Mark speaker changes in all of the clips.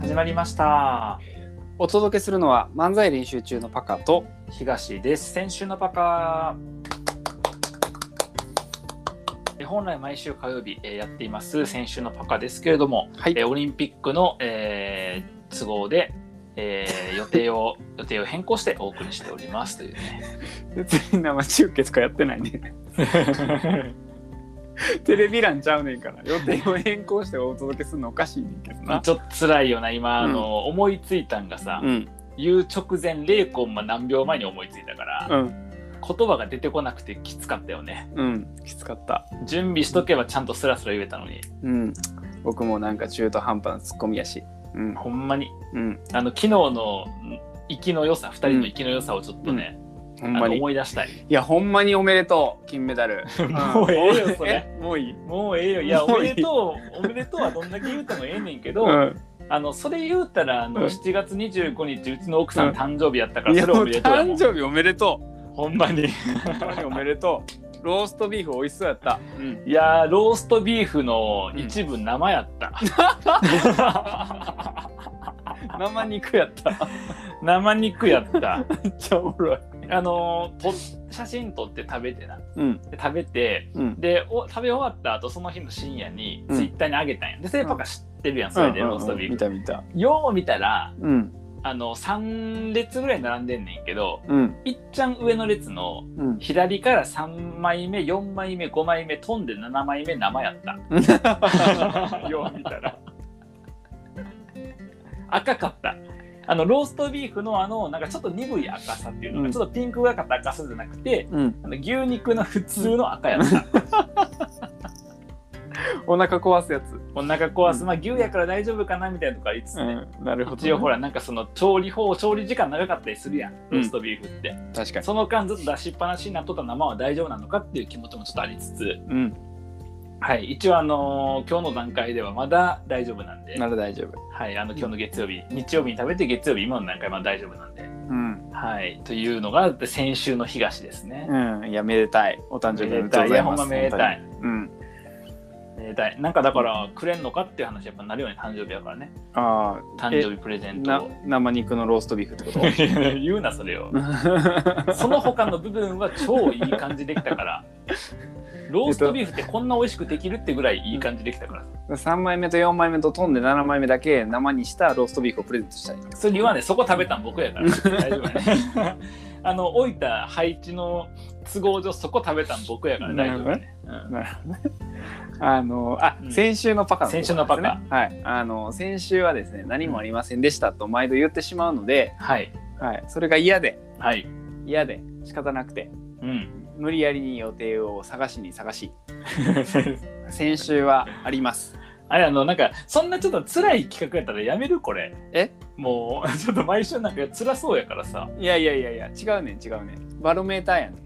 Speaker 1: 始まりました
Speaker 2: お届けするのは漫才練習中のパカと
Speaker 1: 東です先週のパカえ本来毎週火曜日えーやっています先週のパカですけれども、
Speaker 2: はい
Speaker 1: えーオリンピックの、えー都合で、えー予定を 予定を変更してお送りしておりますというね
Speaker 2: 別に生中継とかやってないね テレビ欄ちゃうねんから予定を変更してお届けするのおかしいねんけどな
Speaker 1: ちょっと辛いよな今、
Speaker 2: うん
Speaker 1: あの思いついたんがさ、
Speaker 2: うん
Speaker 1: 言う直前0コンマ何秒前に思いついたから、
Speaker 2: うん
Speaker 1: 言葉が出てこなくてきつかったよね
Speaker 2: うんきつかった
Speaker 1: 準備しとけばちゃんとスラスラ言えたのに
Speaker 2: うん僕もなんか中途半端なツッコミやしうん
Speaker 1: ほんまに
Speaker 2: うん
Speaker 1: あの昨日のん息の良さ2人の息の良さをちょっとね、
Speaker 2: ほん
Speaker 1: あ
Speaker 2: ま
Speaker 1: の
Speaker 2: にい
Speaker 1: 思い出したい
Speaker 2: やほんまにおめでとう金メダ ル
Speaker 1: もうええよそれ
Speaker 2: えもういい
Speaker 1: もうええよいやお
Speaker 2: もういい
Speaker 1: めでとうおめでとうはどんだけ言うたのええねんけど、
Speaker 2: うん
Speaker 1: あのそれ言うたらあの、
Speaker 2: うん
Speaker 1: 7月25日うちの奥さん誕生日やったから、
Speaker 2: い
Speaker 1: そ
Speaker 2: や
Speaker 1: れ
Speaker 2: も
Speaker 1: お
Speaker 2: う
Speaker 1: めでとうやも
Speaker 2: 誕
Speaker 1: ん
Speaker 2: 生日おめでと
Speaker 1: ほんまに
Speaker 2: うほんまにおめでとうローストビーフ美味しそうやったうん
Speaker 1: いやーローストビーフの一部生やった、
Speaker 2: 生肉やった
Speaker 1: 生肉や った
Speaker 2: めっちゃおもろい
Speaker 1: あのーと写真撮って食べてな
Speaker 2: うん
Speaker 1: で食べて
Speaker 2: うん
Speaker 1: でお食べ終わった後その日の深夜に
Speaker 2: うん
Speaker 1: ツイッターにあげたんや、でそれパカ知ってるやんそれでローストビーフ、
Speaker 2: 見た見た
Speaker 1: よう見たら
Speaker 2: うん
Speaker 1: あの3列ぐらい並んでんねんけど
Speaker 2: うん
Speaker 1: いっちゃん上の列の
Speaker 2: うん
Speaker 1: 左から3枚目4枚目5枚目飛んで7枚目生やったよう見た ら赤かったあのローストビーフのあのなんかちょっと鈍い赤さっていうのが、
Speaker 2: うん
Speaker 1: ちょっとピンクがかった赤さじゃなくて
Speaker 2: うん
Speaker 1: あの牛肉の普通の赤やった
Speaker 2: お腹壊すやつ
Speaker 1: お腹壊すまあ牛やから大丈夫かなみたいなとか言いつつね、
Speaker 2: なるほど
Speaker 1: 一応ほらなんかその調理法調理時間長かったりするやんローストビーフって、
Speaker 2: 確かに
Speaker 1: その間ずっと出しっぱなしになっとった生は大丈夫なのかっていう気持ちもちょっとありつつ
Speaker 2: うん
Speaker 1: はい、一応あのー今日の段階ではまだ大丈夫なんで、
Speaker 2: なら大丈夫
Speaker 1: はい、あの今日の月曜日、日曜日に食べて月曜日今の段階はまだ大丈夫なんで、
Speaker 2: うん
Speaker 1: はい、というのが先週の東ですね。
Speaker 2: うんいやめでたいお誕生日おめでとうございます
Speaker 1: めでたい
Speaker 2: 本当にうん
Speaker 1: えーだいなんかだからくれんのかっていう話やっぱなるよね誕生日やからね
Speaker 2: あ
Speaker 1: 誕生日プレゼ
Speaker 2: あ
Speaker 1: ン
Speaker 2: な
Speaker 1: トを。
Speaker 2: 生肉のローストビーフってこと
Speaker 1: 言うなそれをその他の部分は超いい感じできたからローストビーフってこんな美味しくできるってぐらいいい感じできたから
Speaker 2: 3枚目と4枚目と飛んで7枚目だけ生にしたローストビーフをプレゼントしたい
Speaker 1: それ言わねそこ食べたん僕やから大丈夫やねあの置いた配置の都合上そこ食べたん僕やから大丈夫やね、うん
Speaker 2: あのあ、
Speaker 1: うん
Speaker 2: 先週のパカのとこ
Speaker 1: 先
Speaker 2: ろ
Speaker 1: 週のパカ
Speaker 2: ですねはいあの先週はですね何もありませんでしたと毎度言ってしまうので、
Speaker 1: はい
Speaker 2: はい、それが嫌で
Speaker 1: はい
Speaker 2: 嫌で仕方なくて
Speaker 1: うん
Speaker 2: 無理やりに予定を探しに探し先週はあります
Speaker 1: あれあのなんかそんなちょっと辛い企画やったらやめるこれ
Speaker 2: え
Speaker 1: もうちょっと毎週なんか辛そうやからさ
Speaker 2: いやいやいやいや違うねん違うねんバロメーターやね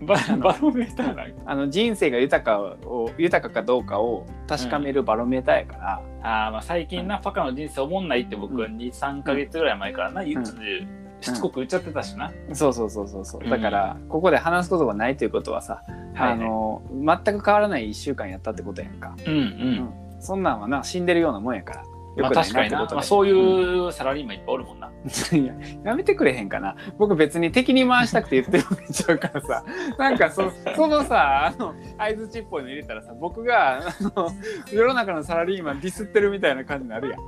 Speaker 2: ん
Speaker 1: ババロメーターなんか
Speaker 2: あの人生が豊かを豊かかどうかを確かめるバロメーターやから、
Speaker 1: あーまあ最近なパカの人生おもんないって僕は23か月ぐらい前からな言っててしつこく言っちゃってたしな、
Speaker 2: そうそうそうそうそうだからここで話すことがないということはさ、
Speaker 1: はいはい
Speaker 2: あの全く変わらない1週間やったってことやんか
Speaker 1: うんうん、
Speaker 2: そんなんはな死んでるようなもんやから
Speaker 1: まあ
Speaker 2: よく
Speaker 1: 確か
Speaker 2: ない
Speaker 1: に
Speaker 2: な
Speaker 1: な、
Speaker 2: ってこと
Speaker 1: まあ、
Speaker 2: で
Speaker 1: そういうサラリーマンいっぱいおるもんな、
Speaker 2: いややめてくれへんかな僕別に敵に回したくて言って るわけちゃうからさなんかそそのさあの相づちっぽいの入れたらさ僕があの世の中のサラリーマンディスってるみたいな感じになるやん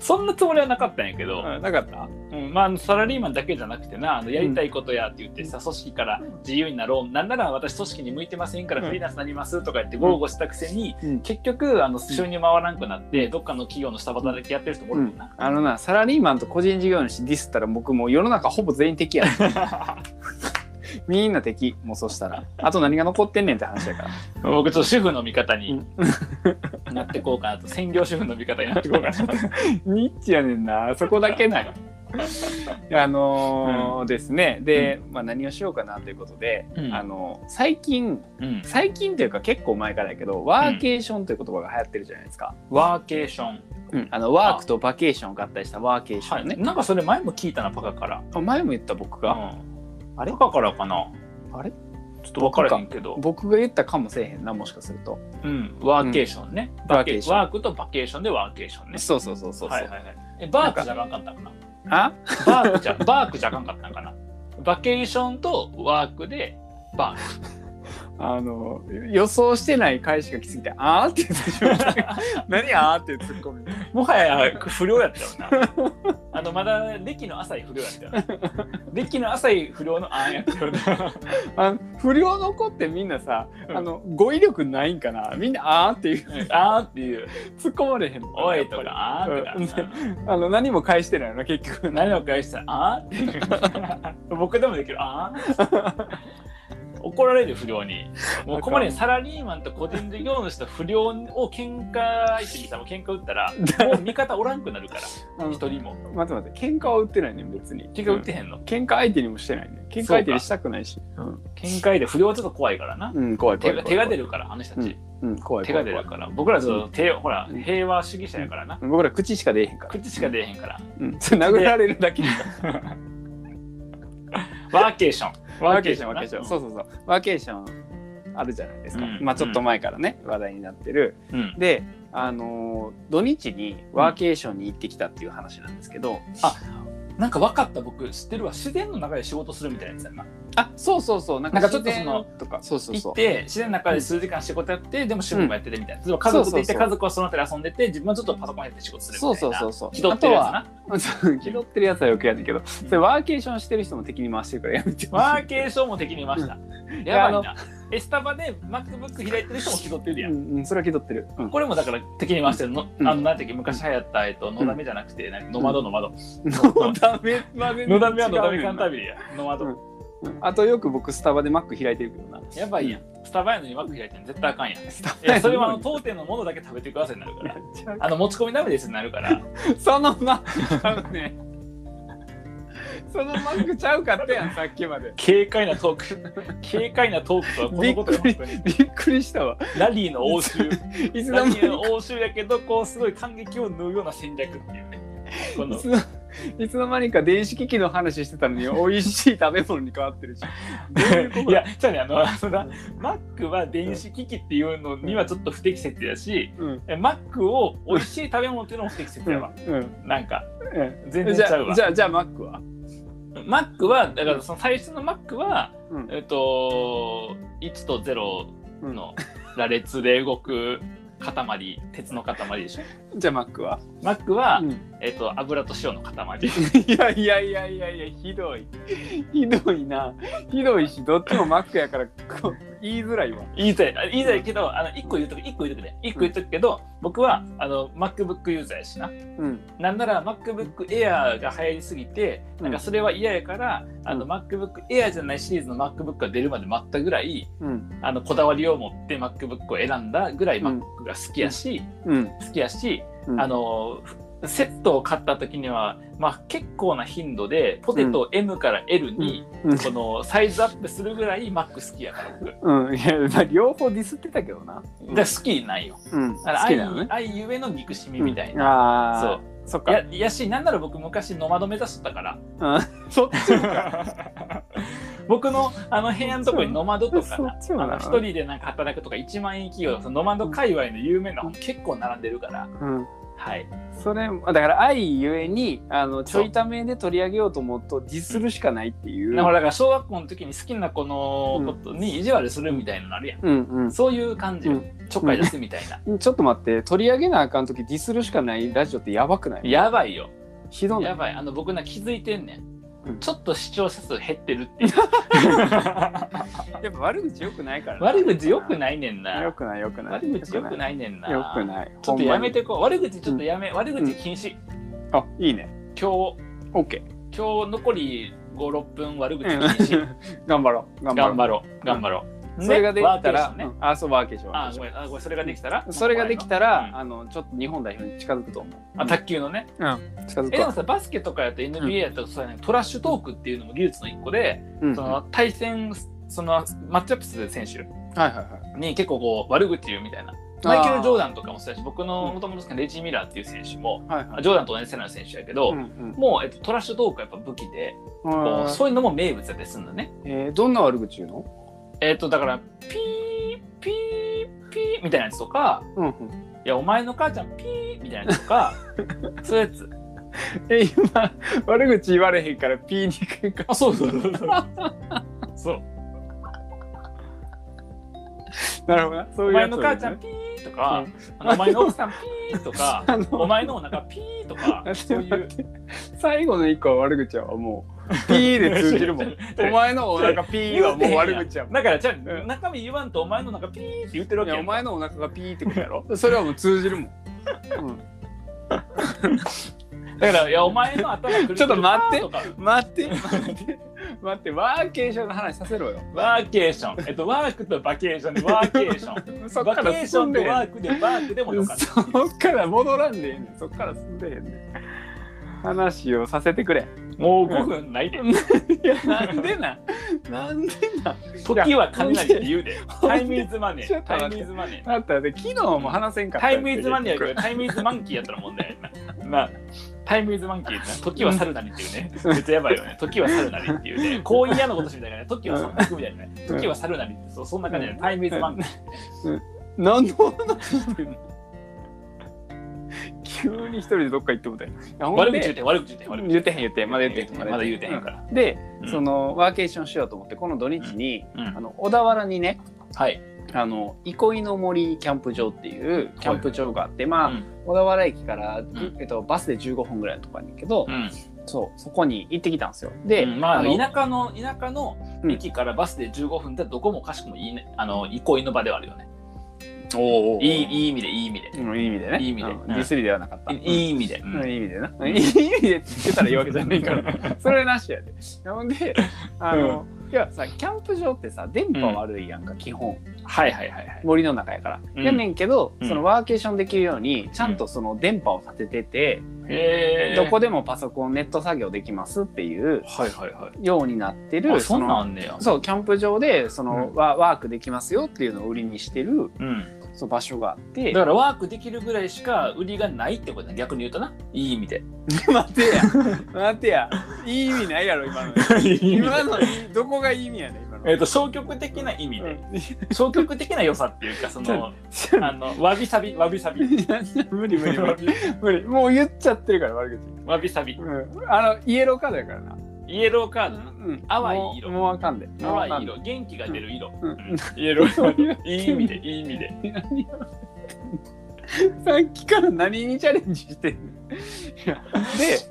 Speaker 1: そんなつもりはなかったんやけど、
Speaker 2: あなかった
Speaker 1: うんまあ、サラリーマンだけじゃなくてなあのやりたいことやって言ってさ、組織から自由になろうなんなら私組織に向いてませんから
Speaker 2: うん
Speaker 1: フリーランスになりますとか言って豪語したくせに、
Speaker 2: うん
Speaker 1: 結局あの収入回らんくなってどっかの企業の下働きやってる人もお
Speaker 2: う
Speaker 1: るもん
Speaker 2: ん
Speaker 1: な、、
Speaker 2: あのなサラリーマンと個人事業主ディスったら僕もう世の中ほぼ全員敵やんみんな敵もうそしたらあと何が残ってんねんって話やから
Speaker 1: 僕ちょっと主婦の味方になってこうかな と専業主婦の味方になってこうかなと
Speaker 2: ニッチやねんなそこだけないあのーですねで、まあ、何をしようかなということで、
Speaker 1: うん
Speaker 2: あの最近
Speaker 1: うん
Speaker 2: 最近というか結構前からやけどワーケーションという言葉が流行ってるじゃないですか、
Speaker 1: ワーケーション、
Speaker 2: うんあのワークとバケーションを合体したワーケーシ
Speaker 1: は
Speaker 2: ョ
Speaker 1: い
Speaker 2: ンね、
Speaker 1: なんかそれ前も聞いたなパカから、
Speaker 2: あ前も言った僕
Speaker 1: う
Speaker 2: が、
Speaker 1: ん、あれパカからかな
Speaker 2: あれ
Speaker 1: ちょっと分からへんけど
Speaker 2: 僕が言ったかもせえへんなもしかすると
Speaker 1: うん、ワーケーションね、
Speaker 2: ん
Speaker 1: バ
Speaker 2: ワーケ
Speaker 1: ケ
Speaker 2: ーション
Speaker 1: ワークとバケーションでワーケーションね
Speaker 2: そうそうそうそうそう、
Speaker 1: はいはいはいえバークじゃあかんかったかな
Speaker 2: あ
Speaker 1: バークじゃバークじゃあかんかったんかなバケーションとワークでバーク
Speaker 2: あの予想してない返しが来すぎて「あー」って言ってしまった 何「あー」っていうツッコミ
Speaker 1: もはや不良やったよなあのまだ歴の浅い不良やったよな歴の浅い不良のあんやったよな
Speaker 2: あの不良の子ってみんなさ、
Speaker 1: うん
Speaker 2: あの語彙力ないんかなみんな「あー」っていう
Speaker 1: あーっていう
Speaker 2: 突っ込まれへんの
Speaker 1: おいと
Speaker 2: やっぱ
Speaker 1: かあーってな
Speaker 2: りあの何も返してないよな結局
Speaker 1: 何を返したらあーって僕でもできるあー怒られる不良にもうここまでサラリーマンと個人事業主と不良を喧嘩相手にさもう喧嘩打ったらもう味方おらんくなるから
Speaker 2: あの
Speaker 1: 一人も
Speaker 2: 待って待って喧嘩は売ってないねん別に
Speaker 1: 喧嘩打ってへんの、
Speaker 2: 喧嘩相手にもしてないね喧嘩相手にしたくないしうん、
Speaker 1: 喧嘩で不良はちょっと怖いからな
Speaker 2: うん、怖い
Speaker 1: 手
Speaker 2: 怖い
Speaker 1: が
Speaker 2: 怖い
Speaker 1: 手が出るからあの人たち、
Speaker 2: うん怖い
Speaker 1: 手
Speaker 2: 怖
Speaker 1: が
Speaker 2: い
Speaker 1: 出
Speaker 2: 怖い
Speaker 1: るから僕らちょっと手ほら平和主義者やからな
Speaker 2: 僕ら口しか出えへんから、
Speaker 1: 口しか出えへんから
Speaker 2: うん、それ殴られるだけ
Speaker 1: ワーケーション
Speaker 2: ワーケーション、ワーケーション。
Speaker 1: な
Speaker 2: そうそうそう。ワーケーションあるじゃないですか。
Speaker 1: うん
Speaker 2: まあちょっと前からね、話題になってる。
Speaker 1: うん
Speaker 2: で、あのー土日にワーケーションに行ってきたっていう話なんですけど、
Speaker 1: なんか分かった僕知ってるわ自然の中で仕事するみたいなやつやな
Speaker 2: あ、そうそうそう。なん
Speaker 1: なんか
Speaker 2: かち
Speaker 1: ち
Speaker 2: ょ
Speaker 1: ょ
Speaker 2: っ
Speaker 1: っ
Speaker 2: と
Speaker 1: と
Speaker 2: そ
Speaker 1: そ
Speaker 2: の
Speaker 1: の
Speaker 2: とか、そうそう
Speaker 1: 行
Speaker 2: そ
Speaker 1: っ
Speaker 2: う。
Speaker 1: て自然の中で数時間仕事やってでも趣味もやっててみたいな、例えば家族で行って
Speaker 2: そうそうそう
Speaker 1: 家族はその辺で遊んでて自分はちょっとパソコンやって仕事するみたい
Speaker 2: そ
Speaker 1: な
Speaker 2: うそうそうそう。
Speaker 1: 気取ってるやつ
Speaker 2: あ
Speaker 1: な
Speaker 2: とは そう気取ってるやつはよくやるけど、それワーケーションしてる人も敵に回してるからやめてほしい
Speaker 1: ワーケーションも敵にいました
Speaker 2: や
Speaker 1: やばいなエスタバで MacBook 開いてる人も気取ってるやん、
Speaker 2: うん、うん、それは気取ってる。 うん
Speaker 1: これもだから敵に回してるの、
Speaker 2: うん
Speaker 1: あのなんていうっけ昔流行った、えっと、のだめじゃなくて、なんかノマドノマド。
Speaker 2: のだめは全然違うねん
Speaker 1: の
Speaker 2: な
Speaker 1: だめはのだめカンタビリや。ノマド。
Speaker 2: うんあとよく僕スタバでマック開いてるけどな。
Speaker 1: やばいやん。スタバやのにマック開いてんの絶対あかんや ん。い
Speaker 2: スタバ
Speaker 1: や、それはあの当店のものだけ食べてくださいになるから。あの持ち込みダメですになるから。
Speaker 2: そのマックちゃうね。そのマックちゃうかったやん、さっきまで。
Speaker 1: 軽快なトー ク。軽快なトークとはこのことよ
Speaker 2: びっ
Speaker 1: 本当に
Speaker 2: びっくりしたわ。
Speaker 1: ラリーの応酬。
Speaker 2: いつ
Speaker 1: ラ
Speaker 2: の
Speaker 1: リ
Speaker 2: 間
Speaker 1: ー
Speaker 2: に
Speaker 1: の応酬やけど、こうすごい感激を縫うような戦略っていうね。こ
Speaker 2: い
Speaker 1: の
Speaker 2: つのいつの間にか電子機器の話してたのに美味しい食べ物に変わ ってるし。
Speaker 1: いや、じゃあね、あの、その、マックは電子機器っていうのにはちょっと不適切やし、
Speaker 2: うん。
Speaker 1: えマックを美味しい食べ物っていうのも不適切
Speaker 2: うん
Speaker 1: やわ。なんか、
Speaker 2: うん
Speaker 1: 全
Speaker 2: う
Speaker 1: 然
Speaker 2: んじ
Speaker 1: ちゃう
Speaker 2: ゃあ、
Speaker 1: わ
Speaker 2: じ。ゃあ、じゃあマックは
Speaker 1: マックは、だからその最初のマックは、
Speaker 2: うん
Speaker 1: えっと、1と0の羅列で動く塊、鉄の塊でしょ。
Speaker 2: じゃあマックは、
Speaker 1: マックは、
Speaker 2: うん
Speaker 1: えっと、油と塩の塊。
Speaker 2: いやいやいやいやいや、ひどい。ひどいな。ひどいし、どっちもマックやからこう言いづらいわ。
Speaker 1: 言いたい、あ言いたいけど、あの、1個言うとく、一個言うとくね。一個言うとくけど、僕は、あの、MacBook ユーザーやしな。
Speaker 2: うん。
Speaker 1: なんなら MacBook Air が流行りすぎて、なんかそれは嫌やから、あの
Speaker 2: う
Speaker 1: MacBook Air じゃないシリーズの MacBook が出るまで待ったぐらい、
Speaker 2: うん。
Speaker 1: あのこだわりを持って MacBook を選んだぐらい
Speaker 2: うん
Speaker 1: Mac が好きやし、
Speaker 2: うん。
Speaker 1: 好きやし、
Speaker 2: うん
Speaker 1: あ、のセットを買った時には、まあ、結構な頻度でポテトを M から L に、
Speaker 2: うん
Speaker 1: このサイズアップするぐらい Mac 好きやから僕。だか
Speaker 2: うん、いや、まあ、両方ディスってたけどな。
Speaker 1: ら好きなんよ。
Speaker 2: うん、
Speaker 1: だから
Speaker 2: 好きなのね。
Speaker 1: 愛愛ゆえの憎しみみたいな。
Speaker 2: な
Speaker 1: そ
Speaker 2: あ
Speaker 1: う
Speaker 2: あ、そっ
Speaker 1: い
Speaker 2: か
Speaker 1: や。いやし、なんなら僕昔ノマド目指しとった から。
Speaker 2: うんそっちもか。
Speaker 1: 僕のあの部屋のとこにノマドとか
Speaker 2: そ
Speaker 1: な
Speaker 2: っちも
Speaker 1: あ
Speaker 2: な
Speaker 1: の一人でなんか働くとか1万円企業とかそのノマド界隈の有名な本結構並んでるから
Speaker 2: うん。
Speaker 1: はい
Speaker 2: それもだから愛ゆえにあのちょいためで取り上げようと思うとディスるしかないっていう。
Speaker 1: だからだから小学校の時に好きな子のことに意地悪するみたいなのあるやん
Speaker 2: うん
Speaker 1: そういう感じ
Speaker 2: う
Speaker 1: よちょっかい出すみたいな
Speaker 2: うん。ちょっと待って取り上げなあかん時ディスるしかないラジオってやばくない
Speaker 1: やばいよ
Speaker 2: ひどな
Speaker 1: や
Speaker 2: い
Speaker 1: ばいあの僕な気づいてんねん
Speaker 2: うん
Speaker 1: ちょっと視聴者数減ってるって いう
Speaker 2: やっぱ悪口よくないから
Speaker 1: 悪口よく
Speaker 2: い
Speaker 1: ないねん
Speaker 2: よ
Speaker 1: な
Speaker 2: くないよくない
Speaker 1: 悪口よく
Speaker 2: い
Speaker 1: ないねんな
Speaker 2: よくない
Speaker 1: ちょっとやめてこう悪口ちょっ
Speaker 2: う
Speaker 1: と
Speaker 2: ん
Speaker 1: やめ悪口禁止
Speaker 2: ほんまにあいいね
Speaker 1: 今日
Speaker 2: OK
Speaker 1: 今日残り56分悪口禁止
Speaker 2: 頑張ろう頑張ろ
Speaker 1: 頑
Speaker 2: う
Speaker 1: 張ろう頑張ろう、
Speaker 2: それができた
Speaker 1: ワーケ
Speaker 2: ら、
Speaker 1: ーションね
Speaker 2: うんあそうワーケーション
Speaker 1: あごめんあごめんそれができたら、
Speaker 2: それができたら、
Speaker 1: うん
Speaker 2: あのちょっと日本代表に近づくと思う。
Speaker 1: あ卓球のね、
Speaker 2: うん、近づ
Speaker 1: え
Speaker 2: く
Speaker 1: で
Speaker 2: わ
Speaker 1: もさバスケとかやと NBA やとそうやね、トラッシュトークっていうのも技術の一個で、
Speaker 2: うん
Speaker 1: そ
Speaker 2: は
Speaker 1: の対戦そのマッチアップする選手
Speaker 2: いはいはい。
Speaker 1: に結構こう悪口言うみたいなマイケル・ジョーダンとかもそうやし僕の元々好きなレジー・ミラーっていう選手も、
Speaker 2: ダン。はいはい。
Speaker 1: ジョーダンと同じ世代の選手やけど、
Speaker 2: うんうん
Speaker 1: もう、えっと、トラッシュトークはやっぱ武器で、こう
Speaker 2: あー
Speaker 1: そういうのも名物やったりするんだね
Speaker 2: えーどんな悪口言うの？
Speaker 1: えっとだからピーピーピーみたいなやつとか
Speaker 2: うんうん。
Speaker 1: いや、お前の母ちゃんピーみたいなのとか、そういうやつ。
Speaker 2: え今悪口言われへんからピーに行くか
Speaker 1: あ、そうそう そうそう。そう。
Speaker 2: なるほどなそう
Speaker 1: お
Speaker 2: いうや
Speaker 1: 前
Speaker 2: つ
Speaker 1: の母ちゃんピーとか、お前の奥さんピーとか、
Speaker 2: あの
Speaker 1: お前のお腹ピーと か、そういう。
Speaker 2: 最後の一個は悪口はもうピーで通じるも
Speaker 1: 違
Speaker 2: ん
Speaker 1: う違う違う
Speaker 2: お前のお腹ピーはもう悪口やもん
Speaker 1: だからじゃあ
Speaker 2: ん
Speaker 1: 中身言わんとお前の中ピーって言ってるわ
Speaker 2: い
Speaker 1: け
Speaker 2: や
Speaker 1: や
Speaker 2: お
Speaker 1: んか
Speaker 2: 前のお腹がピーってことやろそれはもう通じるもん、
Speaker 1: だからいやお前の頭くるくる
Speaker 2: ちょっと待って
Speaker 1: とか
Speaker 2: うん待って待って待ってワーケーションの話させろよ
Speaker 1: ワーケーションえっとワーク とバケーションでワーケーション
Speaker 2: そっ
Speaker 1: バ
Speaker 2: か
Speaker 1: ケー
Speaker 2: ら
Speaker 1: ショ
Speaker 2: 進
Speaker 1: ン
Speaker 2: ん
Speaker 1: と
Speaker 2: で
Speaker 1: ワークでワークでもよかった
Speaker 2: そっから戻らんでええねんそっから進んでええねん話をさせてくれ
Speaker 1: もう5分ないで
Speaker 2: いやなんでななんでな
Speaker 1: 時は金なりって言う で
Speaker 2: ほん
Speaker 1: タ
Speaker 2: で
Speaker 1: イムイズマネ
Speaker 2: ちょ
Speaker 1: ー
Speaker 2: っと待
Speaker 1: タ
Speaker 2: って
Speaker 1: イムイズマネー
Speaker 2: だったらね昨日も話せんかった
Speaker 1: タ
Speaker 2: や
Speaker 1: イ
Speaker 2: ん
Speaker 1: ムイズマネーやけどタイムイズマンキーやったら問 題やななタイムイズマンキーってな時は猿なりっていう ねめっちゃやばいよね時は猿なりっていうねこういう嫌なことしみたいなね時は三角みたいなね時は猿なりってそうそんな感じでタイムイズマンキー
Speaker 2: 何の話してんの急に一人でどっか行ってもたよいやほんで
Speaker 1: 悪口言うて悪口言うて悪口
Speaker 2: 言ってへん言ってへんまだ言ってへん
Speaker 1: まだ言うてへんから、
Speaker 2: で、
Speaker 1: うん
Speaker 2: そのワーケーションしようと思ってこの土日に、
Speaker 1: うん
Speaker 2: あの小田原にね
Speaker 1: はい
Speaker 2: あの憩いの森キャンプ場っていうキャンプ場があって、まあ、
Speaker 1: うん
Speaker 2: 小田原駅から、
Speaker 1: ん
Speaker 2: えっと、バスで15分ぐらいのところにけど、
Speaker 1: うん
Speaker 2: そうそこに行ってきたんですよで、
Speaker 1: うんまあ、
Speaker 2: あの
Speaker 1: 田舎の田舎の駅からバスで15分ってどこもかしくもいいねあの憩いの場ではあるよね
Speaker 2: おー
Speaker 1: いいいい意味でいい意味で
Speaker 2: うんいい意味でね
Speaker 1: いい意味で
Speaker 2: うん
Speaker 1: うん
Speaker 2: ディスりではなかった
Speaker 1: いいい意味で、う
Speaker 2: うん
Speaker 1: ん
Speaker 2: いい意味でな。いい意味でって言ってたらいいわけじゃな いから。それなしやで。ほんで、あの、いやさ、キャンプ場ってさ、電波悪いやんか、基本。
Speaker 1: はいはいはいはい
Speaker 2: 森の中やから。
Speaker 1: うん
Speaker 2: やねんけど、
Speaker 1: うん
Speaker 2: そのワーケーションできるように、ちゃんとその電波を立ててて、
Speaker 1: へー
Speaker 2: どこでもパソコン、ネット作業できますっていう
Speaker 1: はいはいはい
Speaker 2: ようになって
Speaker 1: あ
Speaker 2: る、
Speaker 1: そんなん
Speaker 2: の
Speaker 1: あんねや
Speaker 2: そう、キャンプ場で、その、
Speaker 1: うん
Speaker 2: ワワークできますよっていうのを売りにしてる、
Speaker 1: うん、
Speaker 2: そう場所があって
Speaker 1: だ。からワークできるぐらいしか売りがないってことだ逆に言うとないい意味 で
Speaker 2: 待てや、待てや。いい意味ないやろ、今の。今のいいどこがいい意味やねん今 の。
Speaker 1: えっと消極的な意味で消極的な良さ っていうかその あのわびさびわびさび
Speaker 2: 無理無理無
Speaker 1: わ
Speaker 2: 理
Speaker 1: び
Speaker 2: 無理もう言っちゃってるから悪口、
Speaker 1: わびさび
Speaker 2: うん、あのイエローカードやからな、
Speaker 1: イエローカード
Speaker 2: うん、
Speaker 1: 淡い色
Speaker 2: もうもうあかんでもうあか
Speaker 1: 淡い
Speaker 2: んで
Speaker 1: 色元気が出る色、
Speaker 2: うん
Speaker 1: うんイエロー
Speaker 2: い
Speaker 1: い
Speaker 2: い
Speaker 1: い
Speaker 2: 意
Speaker 1: 意
Speaker 2: 味
Speaker 1: 味
Speaker 2: で
Speaker 1: でいい意味で
Speaker 2: さっきから何にチャレンジしてんの いやで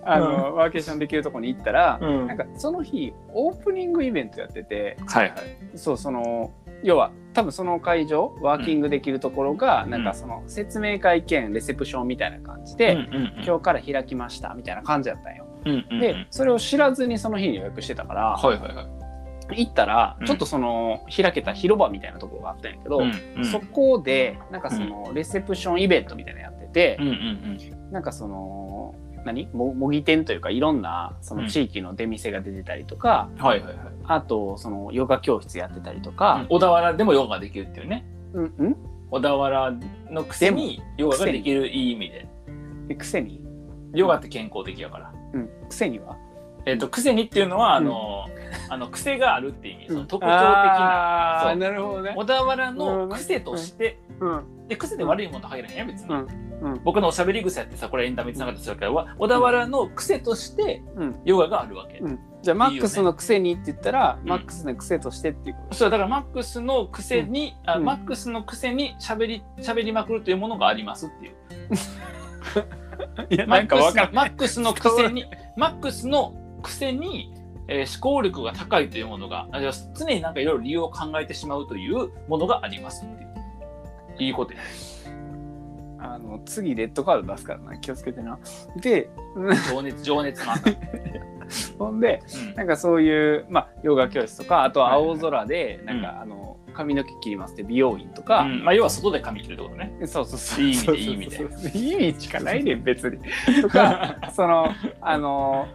Speaker 2: あの、ワーケーションできるとこに行ったら、
Speaker 1: うん
Speaker 2: なんかその日オープニングイベントやってて
Speaker 1: はいはい
Speaker 2: そうその要は多分その会場ワーキングできるところが、なんかその説明会兼レセプションみたいな感じで、
Speaker 1: うんうん
Speaker 2: 今日から開きましたみたいな感じやったんよ。
Speaker 1: うんうんうん
Speaker 2: でそれを知らずにその日に予約してたから、
Speaker 1: はいはいはい
Speaker 2: 行ったら
Speaker 1: うん
Speaker 2: ちょっとその開けた広場みたいなところがあったんやけど、
Speaker 1: うんうん
Speaker 2: そこでなんかそのレセプションイベントみたいなのやってて
Speaker 1: う、んうん
Speaker 2: なんかその何も模擬店というかいろんなその地域の出店が出てたりとか、
Speaker 1: うんはいはいはい
Speaker 2: あとそのヨガ教室やってたりと
Speaker 1: うん
Speaker 2: か、
Speaker 1: 小田原でもヨガができるっていうね
Speaker 2: うんうん
Speaker 1: 小田原のくせにヨガができるいい意味で
Speaker 2: でくせに、
Speaker 1: ヨガって健康的やから
Speaker 2: うん、くせには
Speaker 1: えっと癖にっていうのはあのあの癖があるって意味その特徴的な
Speaker 2: あー
Speaker 1: そう
Speaker 2: なるほどね
Speaker 1: 小、田原の癖として
Speaker 2: うん
Speaker 1: で癖で悪いもの入らへんやん別に
Speaker 2: うんうん
Speaker 1: 僕のおしゃべり癖ってさこれエンタメつながってするからわ小田原の癖として
Speaker 2: うん
Speaker 1: ヨガがあるわけ、
Speaker 2: うん、じゃあマックスのくせにって言ったら、マックスの癖としてっていうこと
Speaker 1: そうだからマックスの癖に、あ
Speaker 2: うん
Speaker 1: マックスの癖にしゃべりしゃべりまくるというものがありますっていう
Speaker 2: いや
Speaker 1: マックス
Speaker 2: んない
Speaker 1: のマックスの癖にマックスの癖に、えー思考力が高いというものがあじゃあ常になんかいろいろ理由を考えてしまうというものがありますっていう。いいことや。
Speaker 2: あの次レッドカード出すからな気をつけてな。でうん
Speaker 1: 情熱、 情熱の赤。
Speaker 2: ほんで
Speaker 1: うん
Speaker 2: なんかそういう、まあ、ヨガ教室とかあとは青空で
Speaker 1: い
Speaker 2: な
Speaker 1: はい
Speaker 2: んか、あの髪の毛切りますって美容院とか、
Speaker 1: うんまあ、要は外で髪切るってこと ね。
Speaker 2: そうそうそう
Speaker 1: いい意味で
Speaker 2: そう
Speaker 1: いい意味で
Speaker 2: そうそういい意味しかないねん別に。とかそのあの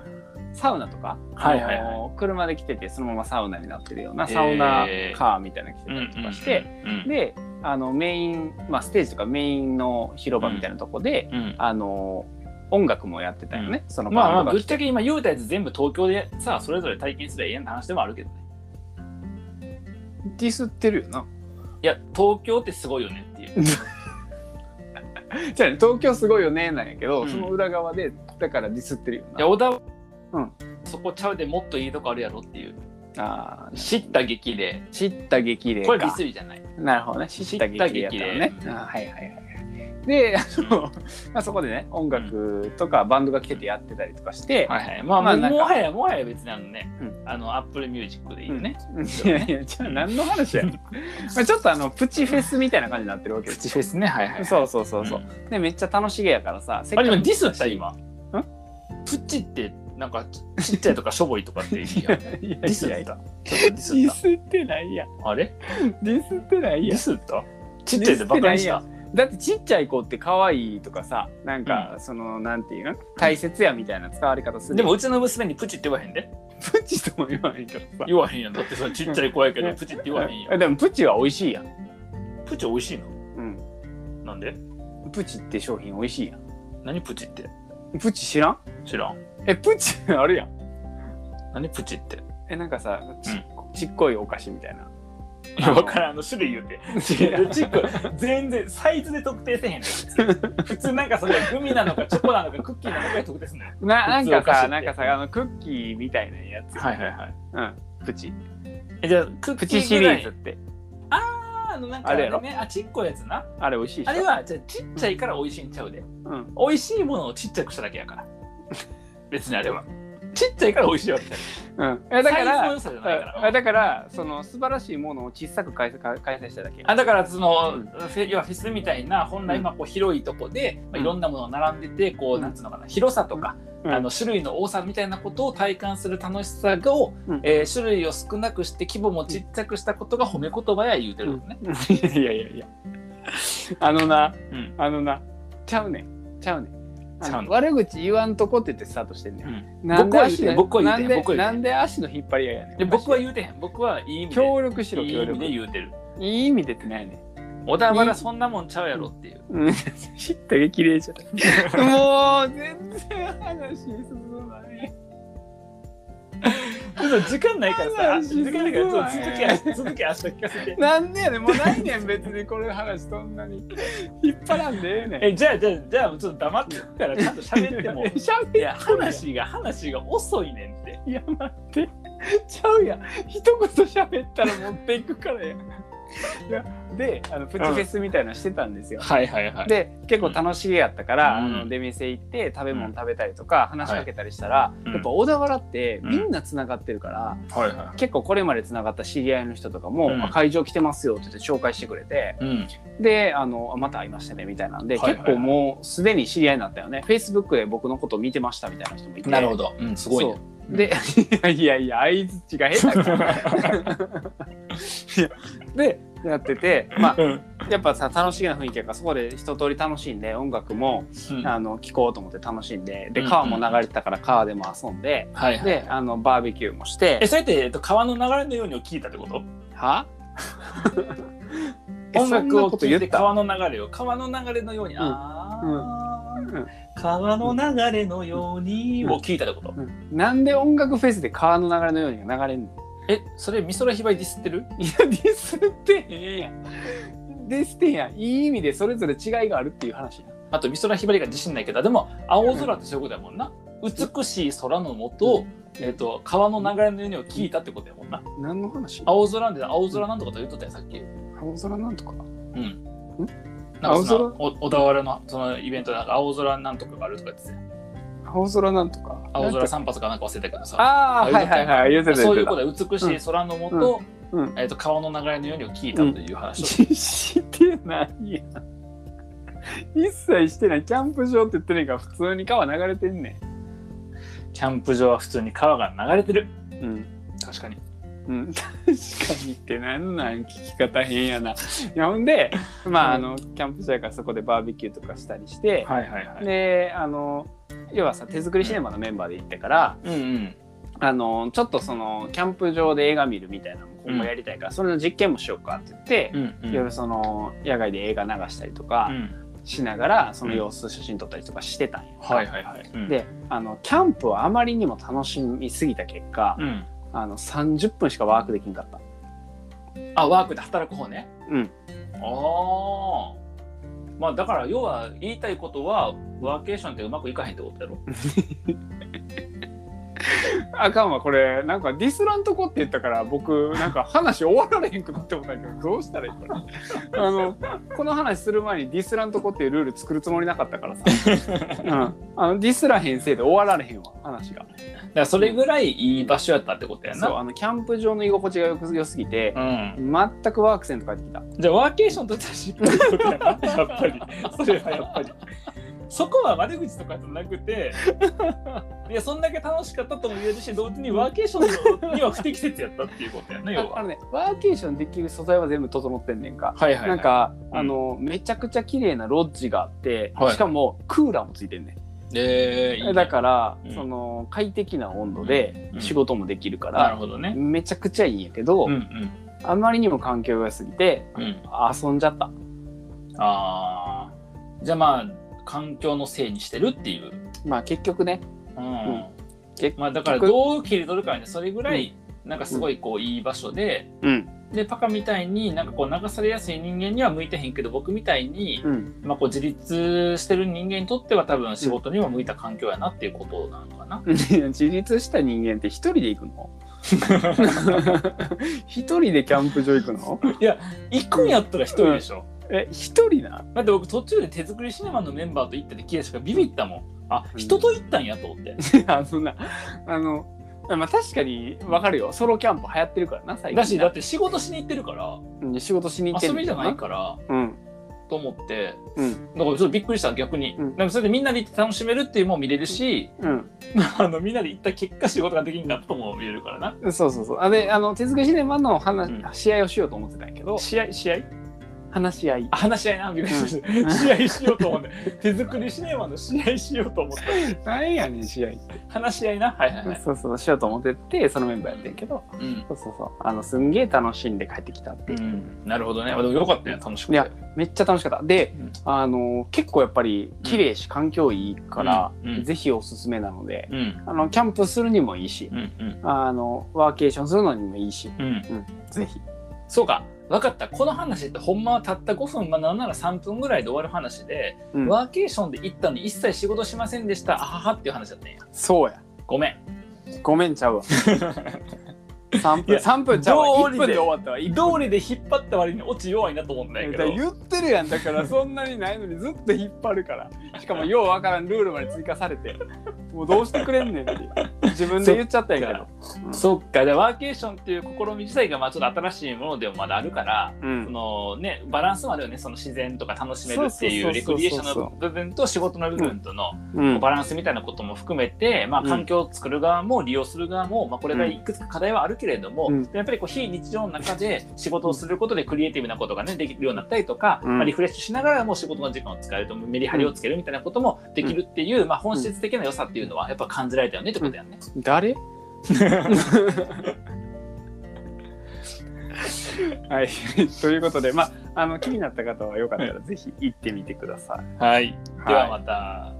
Speaker 2: サウナとか、
Speaker 1: はいはいはい
Speaker 2: あの車で来ててそのままサウナになってるようなサウナカーみたいなの来て
Speaker 1: う
Speaker 2: たり
Speaker 1: ん
Speaker 2: とかして、、
Speaker 1: うん
Speaker 2: であのメイン、まあ、ステージとかメインの広場みたいなとこで。
Speaker 1: うん
Speaker 2: あの音楽もやってたよね、その
Speaker 1: まあま
Speaker 2: バ
Speaker 1: あ
Speaker 2: ンド
Speaker 1: ぶ
Speaker 2: が
Speaker 1: っちゃけ今言うたやつ全部東京でさそれぞれ体験すればええやんって話でもあるけどね
Speaker 2: ディスってるよない
Speaker 1: や東京ってすごいよねっていう
Speaker 2: じゃあね東京すごいよねなんやけど、
Speaker 1: うん
Speaker 2: その裏側でだからディスってるよ
Speaker 1: や小田は、
Speaker 2: うん
Speaker 1: そこちゃうでもっといいとこあるやろっていう
Speaker 2: なあー
Speaker 1: 知った激励
Speaker 2: 知った激励か
Speaker 1: これディスりじゃない
Speaker 2: なるほどね知った激励やったのねあーはいはいはいで あの、まあ、そこでね音楽とかバンドが来ててやってたりとかして、
Speaker 1: はいはいまあ、
Speaker 2: まあ
Speaker 1: も
Speaker 2: なん
Speaker 1: う
Speaker 2: か
Speaker 1: もはやもはや別にあのね、
Speaker 2: うん
Speaker 1: あのアップルミュージックでいいよ
Speaker 2: うん
Speaker 1: ね、
Speaker 2: いや いやじゃあ何の 話やまあちょっとあのプチフェスみたいな感じになってるわけ
Speaker 1: プ
Speaker 2: です
Speaker 1: チフェスねはいはい
Speaker 2: そうそうそうそう
Speaker 1: うん、
Speaker 2: でめっちゃ楽しげやからさせっ
Speaker 1: あ
Speaker 2: か
Speaker 1: でも
Speaker 2: く
Speaker 1: ディスした今プチってなんかちちっちゃいとかしょぼいとかって意味やデ
Speaker 2: いや
Speaker 1: ィス
Speaker 2: い
Speaker 1: っ
Speaker 2: や
Speaker 1: た
Speaker 2: い
Speaker 1: ちょ
Speaker 2: や
Speaker 1: っとディスった
Speaker 2: ディスってないやん
Speaker 1: あれ
Speaker 2: ディスってない
Speaker 1: デ
Speaker 2: や
Speaker 1: ィ
Speaker 2: ん
Speaker 1: スったちっちゃいでバカにした
Speaker 2: だってちっちゃい子って可愛いとかさなんか、
Speaker 1: う
Speaker 2: そのなんていうの大切やみたいな使われ方する
Speaker 1: でもうちの娘にプチって言わへんで
Speaker 2: プチとも言わへんけどさ
Speaker 1: 言わへんやんだってそのちっちゃい子やけ
Speaker 2: う
Speaker 1: ど
Speaker 2: ん
Speaker 1: プチって言わへんや
Speaker 2: え
Speaker 1: ん
Speaker 2: でもプチは美味しいやん、
Speaker 1: プチ美味しいの
Speaker 2: う
Speaker 1: なんで
Speaker 2: ん、プチって商品美味しいやん
Speaker 1: 何プチって
Speaker 2: プチ知らん
Speaker 1: 知らん
Speaker 2: えプチ あるやん
Speaker 1: 何プチって
Speaker 2: えなんかさち,、ちっこいお菓子みた いな
Speaker 1: いや分からんあの種類言うて
Speaker 2: 違う
Speaker 1: ちっこい全然サイズで特定せへんの普通なんかそれはグミなのかチョコなのかクッキーなのかで特定すんのよ
Speaker 2: ななん
Speaker 1: 普通お
Speaker 2: か
Speaker 1: 菓子っ
Speaker 2: さ
Speaker 1: て
Speaker 2: なんかさあのクッキーみたいなやつ、
Speaker 1: はいはいはい
Speaker 2: うん、プチ
Speaker 1: えじゃあクッ
Speaker 2: プ
Speaker 1: キ
Speaker 2: チ
Speaker 1: ー
Speaker 2: シ
Speaker 1: ぐ
Speaker 2: リ
Speaker 1: ら
Speaker 2: ー
Speaker 1: い
Speaker 2: ズって
Speaker 1: あのなんか
Speaker 2: あ
Speaker 1: あ
Speaker 2: れや
Speaker 1: れ
Speaker 2: ろ
Speaker 1: ねあちっこいやつな
Speaker 2: あれ美味しいでしょ
Speaker 1: あれはじゃあちっちゃいから美味しいんちゃうで
Speaker 2: うん、
Speaker 1: 美味しいものをちっちゃくしただけやから別にあ れはちっちゃいから美味しいわけじゃない
Speaker 2: うん、えだか
Speaker 1: サイズの
Speaker 2: ら
Speaker 1: 良さじゃないから
Speaker 2: あだからその素晴らしいものを小さく開催開開催しただけ
Speaker 1: あだからその、
Speaker 2: うん
Speaker 1: フェ要はフェスみたいな本来今こう広いとこで、まあ
Speaker 2: う
Speaker 1: い
Speaker 2: ん
Speaker 1: ろんなものが並んでてこう、
Speaker 2: うん
Speaker 1: なんつうのかな広さとか、
Speaker 2: うん
Speaker 1: あの種類の多さみたいなことを体感する楽しさを、
Speaker 2: うん
Speaker 1: えー種類を少なくして規模もちっちゃくしたことが褒め言葉や言うてるのね、
Speaker 2: うんいやいやいやいやあのな
Speaker 1: うん
Speaker 2: あのなちゃうねんちゃうねんあの
Speaker 1: ちゃうねん
Speaker 2: 悪口言わんとこって言ってスタートしてんねん、なん
Speaker 1: 僕
Speaker 2: で
Speaker 1: は
Speaker 2: 足
Speaker 1: 言うてへ
Speaker 2: の
Speaker 1: ん僕は言
Speaker 2: な
Speaker 1: うんてへん僕
Speaker 2: で
Speaker 1: は言うてへ
Speaker 2: なんんで足の引っ張り合いやねん
Speaker 1: で僕は言うてへん僕はいい意味で
Speaker 2: 協力しろ
Speaker 1: いい
Speaker 2: 協
Speaker 1: 意味
Speaker 2: 力
Speaker 1: で言うてる
Speaker 2: いい意味でってないねん
Speaker 1: 小田原そんなもんちゃうやろっていう、
Speaker 2: うん、 知ったが綺麗じゃん。もう全然話進まない。
Speaker 1: でも時間ないからさ
Speaker 2: 話すごい
Speaker 1: 時間ないからちょっと続きは続きは明日聞かせて
Speaker 2: なんでやねんもうないねん別にこれ話そんなに引っ張らんでええねん。
Speaker 1: えじゃあじゃあじゃあちょっと黙ってくからちゃんと喋って も
Speaker 2: しゃべ
Speaker 1: いや話が話が遅いねんって
Speaker 2: いや待ってちゃうやん一言喋ったら持っていくからや。いやであのプチフェスみたいなのしてたんですよ。
Speaker 1: はいはいは
Speaker 2: で結構楽しいやったから、
Speaker 1: うん
Speaker 2: あの出店行って食べ物食べたりとか、話しかけたりしたら、
Speaker 1: うん
Speaker 2: やっぱ小田原って
Speaker 1: うん
Speaker 2: みんなつながってるから、
Speaker 1: はいは
Speaker 2: 結構これまでつながった知り合いの人とかも、
Speaker 1: うん
Speaker 2: まあ会場来てますよって言って紹介してくれて
Speaker 1: いうん
Speaker 2: であのあまた会いましたねみたいなんで、
Speaker 1: はいはい
Speaker 2: 結構もうすでに知り合いになったよねフェイスブックで僕のこと見てましたみたいな人もいて
Speaker 1: なるほ
Speaker 2: ど
Speaker 1: どうんすごいね
Speaker 2: でいやいや相づち が下手かいやでやっててま
Speaker 1: うん
Speaker 2: あやっぱさ楽しげな雰囲気やからそこで一通り楽しんで音楽もあの聴こうと思って楽しんでで
Speaker 1: うん
Speaker 2: 川も流れてたから川でも遊んで
Speaker 1: はいはい
Speaker 2: であのバーベキューもして
Speaker 1: えそれって、えっと、川の流れのようにを聞いたってこと
Speaker 2: は
Speaker 1: 音楽を聞い
Speaker 2: って
Speaker 1: 川の流れを川の流れのように、
Speaker 2: うん
Speaker 1: あー、
Speaker 2: うんうん
Speaker 1: 川の流れのように
Speaker 2: うん
Speaker 1: を聞いたってこと、
Speaker 2: なんで音楽フェスで川の流れのように流れんの
Speaker 1: えそれ美空ひばりディスってる
Speaker 2: いやディスってへんやんディスってへんやんいい意味でそれぞれ違いがあるっていう話や
Speaker 1: あと美空ひばりが自信ないけどでも青空ってそういうことやもんな、美しい空の下を、えっと川の流れのようにを聞いたってことやもんな
Speaker 2: 何の話
Speaker 1: 青空で青空なんとかと言っとったよさっきう
Speaker 2: 青空なんとか
Speaker 1: んなんかその
Speaker 2: 青
Speaker 1: お小田原のそのイベントでなんか青空なんとかがあるとか言ってたよ
Speaker 2: 青空なんとか
Speaker 1: 青
Speaker 2: なん
Speaker 1: 空
Speaker 2: とか
Speaker 1: 散髪かなんか忘れたけどさ
Speaker 2: ああはいはいはい言ってた
Speaker 1: そういう
Speaker 2: 言って
Speaker 1: こ
Speaker 2: た
Speaker 1: とで美しい空の下、
Speaker 2: うんうん
Speaker 1: えっと川の流れのようにを聞いたという話を、
Speaker 2: 実施してないやん 一切してないキャンプ場って言ってないから普通に川流れてんね
Speaker 1: キャンプ場は普通に川が流れてる
Speaker 2: んうん
Speaker 1: 確かに
Speaker 2: うん、 確かにってなんなん聞き方変やな。いやほんでまああのキャンプ場やからそこでバーベキューとかしたりして、
Speaker 1: はいはいは
Speaker 2: であの要はさ手作りシネマのメンバーで行ったから、
Speaker 1: うんうん
Speaker 2: あのちょっとそのキャンプ場で映画見るみたいなのも今後やりたいから、それの実験もしようかって言って
Speaker 1: う、んうん
Speaker 2: 夜その野外で映画流したりとか
Speaker 1: うん
Speaker 2: しながらその様子写真撮ったりとかしてたんや。
Speaker 1: はいはいはい、うん、
Speaker 2: であのキャンプをあまりにも楽しみすぎた結果、
Speaker 1: うん
Speaker 2: あの30分しかワークできんかった。
Speaker 1: あワークで働く方ね
Speaker 2: うん
Speaker 1: ああまあだから要は言いたいことはワーケーションってうまくいかへんってことやろ
Speaker 2: あかんわこれなんかディスらんとこって言ったから僕なんか話終わられへんくなってもないけどどうしたらいい かなあのこの話する前にディスらんとこっていうルール作るつもりなかっ たからさ、うん、あのディスらへんせいで終わられへんわ話が
Speaker 1: だからそれぐらいいい場所やったってことや
Speaker 2: そう
Speaker 1: な
Speaker 2: あのキャンプ場の居心地がよく良すぎて
Speaker 1: うん、
Speaker 2: 全くワークせんと帰ってきた
Speaker 1: じゃあワーケーションとしては失敗ってことやなやっぱりそれはやっぱりそこは悪口とかじゃなく ていやそんだけ楽しかったとも言えるし同時にワーケーションには不適切やったっていうことやな要
Speaker 2: ああ
Speaker 1: は
Speaker 2: のねワーケーションできる素材は全部整ってんねんか
Speaker 1: はいは
Speaker 2: なんか、あのめちゃくちゃ綺麗なロッジがあって、
Speaker 1: はい
Speaker 2: しかもクーラーもついてんね
Speaker 1: えーいいね
Speaker 2: んだから、
Speaker 1: うん
Speaker 2: その快適な温度で
Speaker 1: うん
Speaker 2: 仕事もできるか
Speaker 1: なる
Speaker 2: ら、
Speaker 1: ほどね
Speaker 2: めちゃくちゃいいんやけど、
Speaker 1: うん
Speaker 2: あまりにも環境が良すぎて
Speaker 1: うんうん
Speaker 2: 遊んじゃった
Speaker 1: あーじゃあまあ環境のせいにしてるっていう、
Speaker 2: まあ結局ね
Speaker 1: うん
Speaker 2: 結
Speaker 1: まあ、だから
Speaker 2: 結
Speaker 1: どう切り取るかねそれぐらいなんかすごいこういい場所で、
Speaker 2: うん
Speaker 1: でパカみたいになんかこう流されやすい人間には向いてへんけど僕みたいに、
Speaker 2: うん
Speaker 1: まあ、こう自立してる人間にとっては多分仕事にも向いた環境やなっていうことなのか な。
Speaker 2: 自立した人間って一人で行 くの一人でキャンプ場行くの
Speaker 1: 行くんやったら一人でしょ、
Speaker 2: え一人な
Speaker 1: だって僕途中で手作りシネマのメンバーと行った時しかビビったもんあ
Speaker 2: うん
Speaker 1: 人と行ったんやと思って
Speaker 2: あのな、あの、まあ確かにわかるよ。ソロキャンプ流行ってるからな、最近な。
Speaker 1: だしだって仕事しに行ってるから
Speaker 2: うん仕事しに行って
Speaker 1: 遊
Speaker 2: る
Speaker 1: びじゃないから
Speaker 2: うん。
Speaker 1: と思って
Speaker 2: うん。
Speaker 1: だからちょっとびっくりした逆に、
Speaker 2: うん
Speaker 1: なんかそれでみんなで行って楽しめるっていうのも見れるし、
Speaker 2: う。
Speaker 1: あのみんなで行った結果仕事ができんかったとも見れるからなん
Speaker 2: そうそうそう。あで、あの、手作りシネマの話、
Speaker 1: うん
Speaker 2: 試合をしようと思ってたんやけど、
Speaker 1: 試合 試合
Speaker 2: 話し 合い。
Speaker 1: あ話し合いなみたいな、
Speaker 2: ん
Speaker 1: 試合しようと思って手作りシネマの試合しようと思って
Speaker 2: 何やねん、試合って。
Speaker 1: 話し合いなはいはいはい、
Speaker 2: そうそう、しようと思ってて、そのメンバーやってんけど、
Speaker 1: うん
Speaker 2: そうそうそう。あの、すんげえ楽しんで帰ってきたっていう。
Speaker 1: なるほどねあでもよかったね楽しくて
Speaker 2: いやめっちゃ楽しかった。で、
Speaker 1: うん
Speaker 2: あの、結構やっぱり綺麗し、環境いいから、
Speaker 1: うんうん
Speaker 2: ぜひおすすめなので、
Speaker 1: うん
Speaker 2: あの、キャンプするにもいいし、
Speaker 1: うんうん
Speaker 2: あのワーケーションするのにもいいし、
Speaker 1: うん
Speaker 2: ぜひ。
Speaker 1: そうか分かったこの話ってほんまはたった5分まあなんなら3分ぐらいで終わる話で、
Speaker 2: うん
Speaker 1: ワーケーションで行ったのに一切仕事しませんでしたあははっていう話だったんや
Speaker 2: そうや。
Speaker 1: ごめん
Speaker 2: ごめんちゃう わ。3
Speaker 1: い
Speaker 2: 分
Speaker 1: や
Speaker 2: 3分ちゃうわ。
Speaker 1: どう
Speaker 2: 1
Speaker 1: り
Speaker 2: 分
Speaker 1: で
Speaker 2: で終わったわ。一分
Speaker 1: 道理で引っ張った割にオチ弱いなと思うんだけ
Speaker 2: だから
Speaker 1: ど
Speaker 2: 言ってるやんだからそんなにないのにずっと引っ張るからしかもようわからんルールまで追加されてもうどうしてくれんねんって自分で言っちゃったんやけどうん
Speaker 1: そっかじゃあワーケーションっていう試み自体がまあちょっと新しいものでもまだあるから、
Speaker 2: う
Speaker 1: そ
Speaker 2: ん
Speaker 1: のね、バランスもあるよねその自然とか楽しめるってい
Speaker 2: そうそうそうそう
Speaker 1: うレクリエーションの部分と仕事の部分との
Speaker 2: うん
Speaker 1: バランスみたいなことも含めて、まあ、
Speaker 2: うん
Speaker 1: 環境を作る側も利用する側も、まあ、これが
Speaker 2: うん
Speaker 1: いくつか課題はあるけれども、
Speaker 2: うん
Speaker 1: やっぱりこう非日常の中で仕事をすることでクリエイティブなことが、ね、できるようになったりとか、
Speaker 2: うん
Speaker 1: まあ、リフレッシュしながらもう仕事の時間を使えるとメリハリをつけるみたいなこともできるっていう、まあ、本質的な良さっていうのはやっぱ感じられたよねってことだよね。
Speaker 2: 誰はい、ということで、まあ、あの気になった方はよかったらぜひ行ってみてください。
Speaker 1: はい、では
Speaker 2: はい
Speaker 1: また。